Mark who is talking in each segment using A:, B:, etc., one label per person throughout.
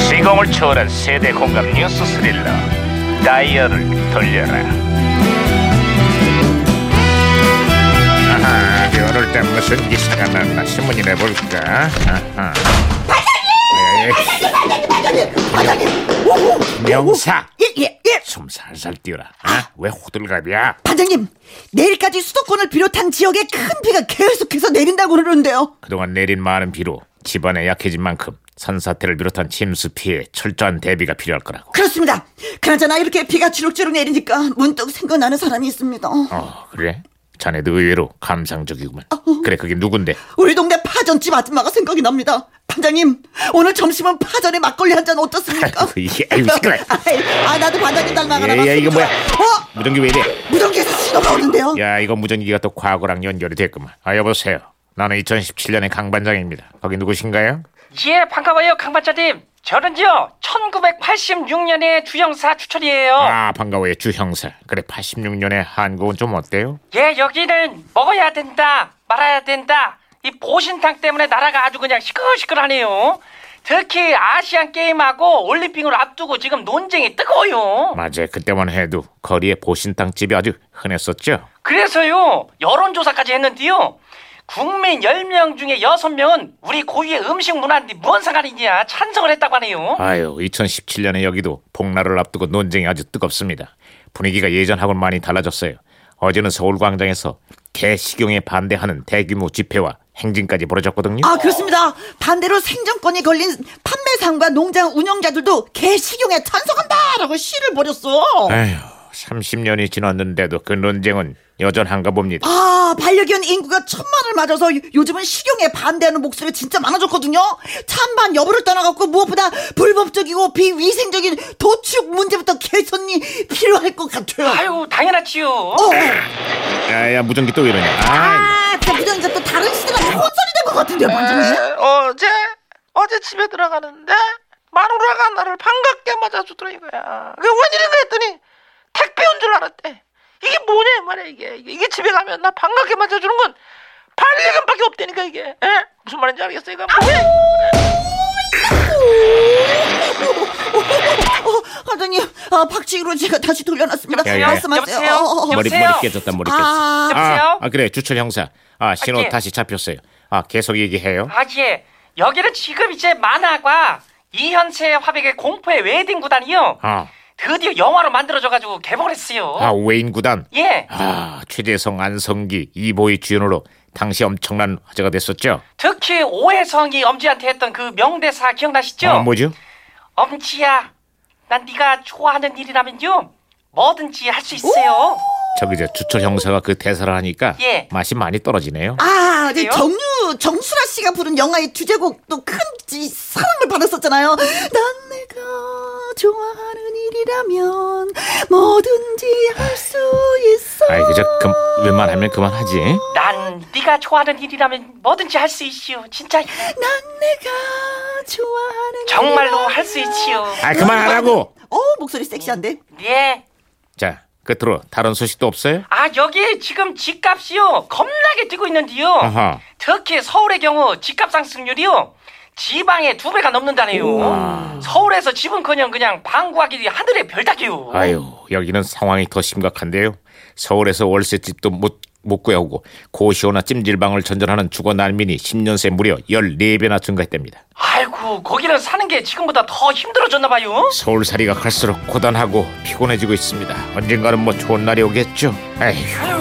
A: 시공을 초월한 세대 공감 뉴스 스릴러 다이얼을 돌려라 아하 이럴 때 무슨 기사가 났나 신문이나 볼까 아하. 예, 에이, 명사
B: 예, 예, 예.
A: 숨 살살 뛰어라 아? 왜 호들갑이야
B: 반장님, 내일까지 수도권을 비롯한 지역에 큰 비가 계속해서 내린다고 그러는데요.
A: 그동안 내린 많은 비로 집안에 약해진 만큼 산사태를 비롯한 침수 피해 철저한 대비가 필요할 거라고
B: 그렇습니다. 그나저나 이렇게 비가 주룩주룩 내리니까 문득 생각나는 사람이 있습니다.
A: 어 그래? 자네도 의외로 감상적이구만 그래 그게 누군데
B: 우리 동네 파전집 아줌마가 생각이 납니다. 반장님, 오늘 점심은 파전에 막걸리 한 잔 어떻습니까?
A: 아이고, 이게, 아이고, 시끄러워.
B: 아이, 아, 나도 반장님 닮아가나
A: 야, 야, 이거 뭐야?
B: 어?
A: 무전기 왜 이래?
B: 무전기에서 신호가 오는데요.
A: 야, 이거 무전기가 또 과거랑 연결이 됐구만. 아, 여보세요. 나는 2017년의 강 반장입니다. 거기 누구신가요?
C: 예, 반가워요, 강반자님. 저는요, 1986년에 주영사 추천이에요.
A: 아, 반가워요, 주 형사. 그래, 86년에 한국은 좀 어때요?
C: 예, 여기는 먹어야 된다, 말아야 된다. 이 보신탕 때문에 나라가 아주 그냥 시끌시끌하네요. 특히 아시안 게임하고 올림픽을 앞두고 지금 논쟁이 뜨거워요.
A: 맞아요. 그때만 해도 거리에 보신탕 집이 아주 흔했었죠.
C: 그래서요, 여론조사까지 했는데요. 국민 10명 중에 6명은 우리 고유의 음식 문화인데 무언 상관이냐 찬성을 했다고 하네요.
A: 아유, 2017년에 여기도 복날을 앞두고 논쟁이 아주 뜨겁습니다. 분위기가 예전하고는 많이 달라졌어요. 어제는 서울 광장에서 개식용에 반대하는 대규모 집회와 행진까지 벌어졌거든요.
B: 아, 그렇습니다. 반대로 생존권이 걸린 판매상과 농장 운영자들도 개식용에 찬성한다라고 시를 벌였어.
C: 네.
A: 에휴, 30년이 지났는데도 그 논쟁은 여전한가 봅니다.
B: 아, 반려견 인구가 천만을 맞아서 요즘은 식용에 반대하는 목소리 진짜 많아졌거든요. 찬반 여부를 떠나갖고 무엇보다 불법적이고 비위생적인 도축 문제부터 개선이 필요할 것 같아요.
C: 아유, 당연하지요.
B: 어, 어.
A: 야, 야, 무전기 또 이러냐. 아,
B: 아, 또 그냥 이제 또 다른 시대가 혼선이 된 것 같은데요,
C: 네.
B: 반장님.
D: 에, 어제 어제 집에 들어가는데 마누라가 나를 반갑게 맞아주더라 이거야. 그게 웬일인가 했더니 택배 온 줄 알았대. 이게 뭐냐 이 말이야 이게 이게, 이게 집에 가면 나 반갑게 맞아주는 건 반려견밖에 없다니까 이게. 에? 무슨 말인지 알겠어 이거. 뭐게?
B: 어, 반장님, 아, 박치기로 제가 다시 돌려놨습니다.
A: 야, 야, 야.
B: 말씀하세요.
C: 네, 여보세요?
B: 어, 어, 어.
A: 머리,
C: 여보세요?
A: 머리 깨졌다, 머리 깨졌어. 아,
B: 아.
C: 여보세요?
A: 아, 그래, 주철 형사. 아, 신호
C: 예.
A: 다시 잡혔어요. 아, 계속 얘기해요.
C: 아, 예. 여기는 지금 이제 만화가 이현세 화백의 공포의 웨딩 구단이요.
A: 아,
C: 드디어 영화로 만들어져가지고 개봉을 했어요.
A: 아, 외인 구단.
C: 예.
A: 아, 최재성, 안성기, 이보희 주연으로 당시 엄청난 화제가 됐었죠.
C: 특히 오해성이 엄지한테 했던 그 명대사 기억나시죠?
A: 아, 뭐죠?
C: 엄지야, 난 네가 좋아하는 일이라면요. 뭐든지 할 수 있어요.
A: 저기 이제 주철 형사가 그 대사를 하니까
C: 예.
A: 맛이 많이 떨어지네요.
B: 아, 네,
C: 그래요?
B: 정유, 정수라 씨가 부른 영화의 주제곡도 큰 지- 사랑을 받았었잖아요. 난 내가 좋아하는 일이라면 뭐든지 할 수 있어.
A: 아이, 그저 금, 웬만하면 그만하지.
C: 난 네가 좋아하는 일이라면 뭐든지 할 수 있지요. 진짜
B: 난 내가 좋아하는
C: 정말로
B: 일이라면.
C: 할 수 있지요.
A: 아, 그만하라고.
B: 어, 목소리 섹시한데?
C: 예.
A: 자, 끝으로 다른 소식도 없어요?
C: 아 여기 지금 집값이요 겁나게 뛰고 있는데요.
A: 아하.
C: 특히 서울의 경우 집값 상승률이요 지방의 두 배가 넘는다네요. 서울에서 집은커녕 그냥 방구하기 하늘의 별따기요.
A: 아유 여기는 상황이 더 심각한데요. 서울에서 월세집도 못, 못 구해오고 고시호나 찜질방을 전전하는 주거 난민이 10년 새 무려 14배나 증가했답니다.
C: 아이고 거기는 사는 게 지금보다 더 힘들어졌나 봐요.
A: 서울살이가 갈수록 고단하고 피곤해지고 있습니다. 언젠가는 뭐 좋은 날이 오겠죠. 에휴.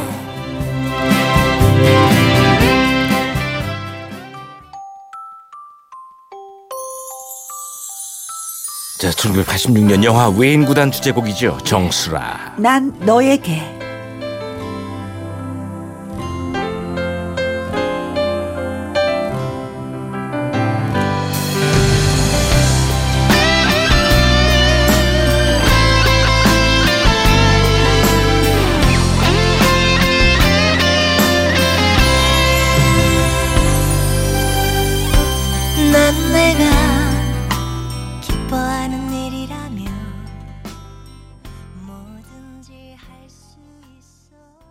E: 자, 1986년 영화 외인 구단 주제곡이죠. 정수라.
B: 난 너에게.